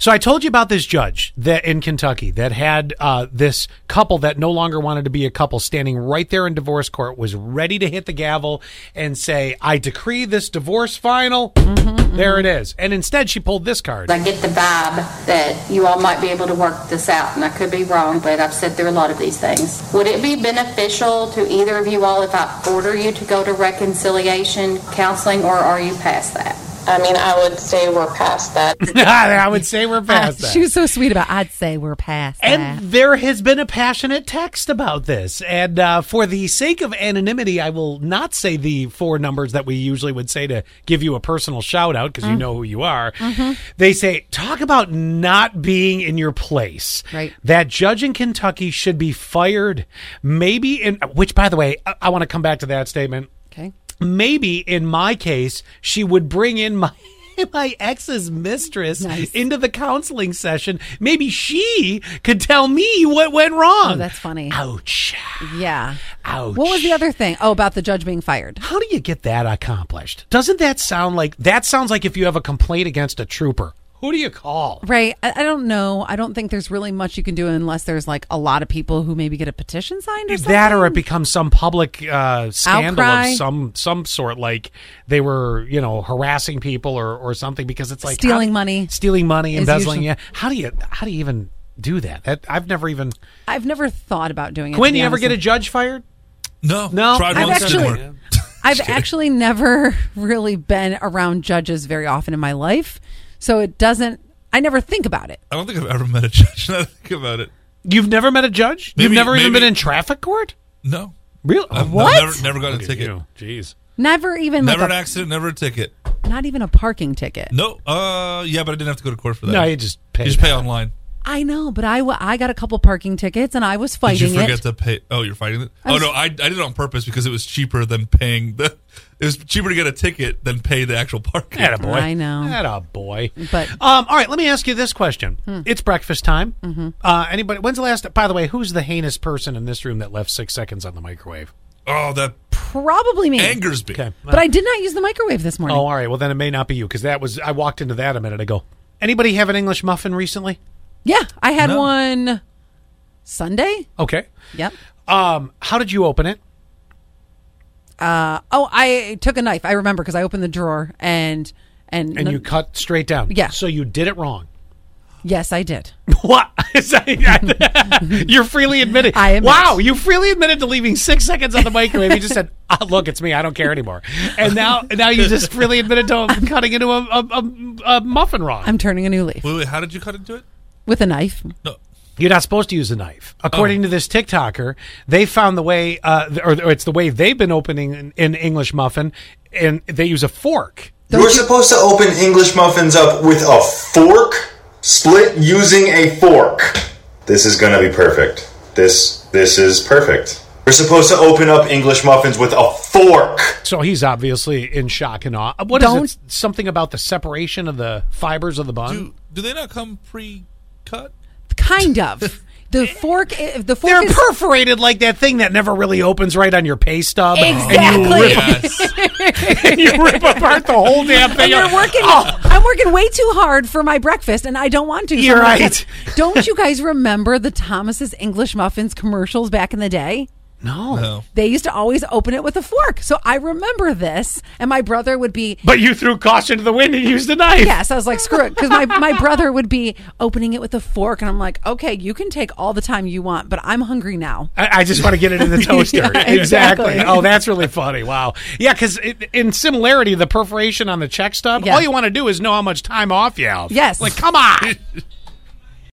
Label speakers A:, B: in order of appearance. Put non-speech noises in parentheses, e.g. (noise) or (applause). A: So I told you about this judge that in Kentucky that had uh, this couple that no longer wanted to be a couple standing right there in divorce court was ready to hit the gavel and say, "I decree this divorce final."
B: Mm-hmm,
A: there it is. And instead, she pulled this card.
C: I get the vibe that you all might be able to work this out, and I could be wrong, but I've said through a lot of these things. Would it be beneficial to either of you all if I order you to go to reconciliation counseling, or are you past that?
D: I mean, I would say we're past that.
A: (laughs) I would say we're past
B: Ah,
A: that.
B: (laughs) She was so sweet about. I'd say we're past.
A: And
B: that.
A: there has been a passionate text about this. And uh, for the sake of anonymity, I will not say the four numbers that we usually would say to give you a personal shout out because you know who you are. They say, talk about not being in your place.
B: Right.
A: That judge in Kentucky should be fired. Maybe in, which by the way, I, I want to come back to that statement
B: okay.
A: maybe in my case she would bring in my (laughs) my ex's mistress
B: Nice.
A: into the counseling session maybe she could tell me what went wrong
B: Oh, that's funny.
A: ouch
B: Yeah.
A: ouch
B: What was the other thing? Oh, about the judge being fired.
A: how do you get that accomplished doesn't that sound like that sounds like if you have a complaint against a trooper who do you call
B: Right. I, I don't know. I don't think there's really much you can do unless there's like a lot of people who maybe get a petition signed or something.
A: that or it becomes some public uh, scandal
B: Outcry.
A: of some some sort like they were you know harassing people or, or something because it's like how-
B: Stealing money
A: stealing money
B: is
A: embezzling
B: usually-
A: yeah how do you how do you even do that, that i've never even
B: I've never thought about doing it.
A: quinn
B: to be
A: you ever
B: honest
A: get a
B: with
A: judge fired
E: No,
A: No,
E: Tried
A: I've
E: once, didn't
B: actually-
E: work.
A: (laughs)
B: I've actually never (laughs) really been around judges very often in my life, so it doesn't. I never think about it.
E: I don't think I've ever met a judge. (laughs) Now that I think about it.
A: you've never met a judge you've
E: Maybe-
A: never even
E: maybe-
A: been in traffic court
E: No,
A: really
E: I've
A: what
E: Never, never got a ticket.
A: you jeez
B: Never even
E: Never
B: like
E: an
B: a,
E: accident. Never a ticket.
B: not even a parking ticket.
E: No. Uh, yeah, but I didn't have to go to court for that.
A: No, you just pay
E: You just pay
A: that.
E: online.
B: I know, but I, wa- I got a couple parking tickets and I was
E: Did you
B: fighting
E: forget
B: it.
E: to pay? Oh, you're fighting it.
B: I
E: Oh
B: was-
E: no, I, I did it on purpose because it was cheaper than paying the. (laughs) It was cheaper to get a ticket than pay the actual parking.
A: Atta boy.
B: I know.
A: Atta boy.
B: But- Hmm.
A: um, all right, let me ask you this question. It's breakfast time.
B: Mm-hmm.
A: Uh, anybody? When's the last? By the way, who's the heinous person in this room that left six seconds on the microwave?
E: Oh, that
B: Probably me.
E: angers me.
A: Okay.
B: But I did not use the microwave this morning.
A: Oh, all right. Well, then it may not be you because that was. I walked into that a minute ago. Anybody have an English muffin recently?
B: Yeah, I had
E: No.
B: one Sunday.
A: Okay.
B: Yep.
A: Um, how did you open it?
B: Oh, I took a knife. I remember because I opened the drawer and and,
A: And you cut straight down.
B: Yeah.
A: So you did it wrong.
B: yes, I did.
A: What? (laughs) You're freely admitted.
B: I admit.
A: Wow, you freely admitted to leaving six seconds on the microwave. You just said, (laughs) Ah "Look, it's me. I don't care anymore." And now, now you just freely admitted to cutting into a, a, a, a muffin wrong.
B: I'm turning a new leaf
E: Wait, wait, how did you cut into it?
B: with a knife.
E: No.
A: You're not supposed to use a knife. According to this TikToker, they found the way, uh, th- or, or it's the way they've been opening an, an English muffin, and they use a fork.
F: You're supposed to open English muffins up with a fork, split using a fork. This is gonna be perfect. This this is perfect. You're supposed to open up English muffins with a fork.
A: So he's obviously in shock and awe. What is
B: Don't-
A: it? Something about the separation of the fibers of the bun?
E: Do, do they not come pre-cut?
B: Kind of. The fork. i- The fork.
A: They're
B: is,
A: perforated like that thing that never really opens right on your pay stub. And you
B: Exactly.
A: rip,
E: Yes.
A: and you rip apart the whole damn thing.
B: and you're working.
A: Oh,
B: I'm working way too hard for my breakfast, and I don't want to. so
A: You're
B: I'm gonna
A: right.
B: cut- Don't you guys remember the Thomas's English muffins commercials back in the day?
A: no.
E: no.
B: They used to always open it with a fork. So I remember this, and my brother would be
A: But you threw caution to the wind and used a knife.
B: Yes, I was like, screw it, because my, my brother would be opening it with a fork, and I'm like, okay, you can take all the time you want, but I'm hungry now.
A: I, I just want to get it
B: (laughs)
A: in the toaster. exactly.
B: exactly.
A: Oh, that's really funny. Wow. Yeah, because in similarity, the perforation on the check stub,
B: Yeah.
A: all you want to do is know how much time off you have.
B: Yes.
A: Like, come on.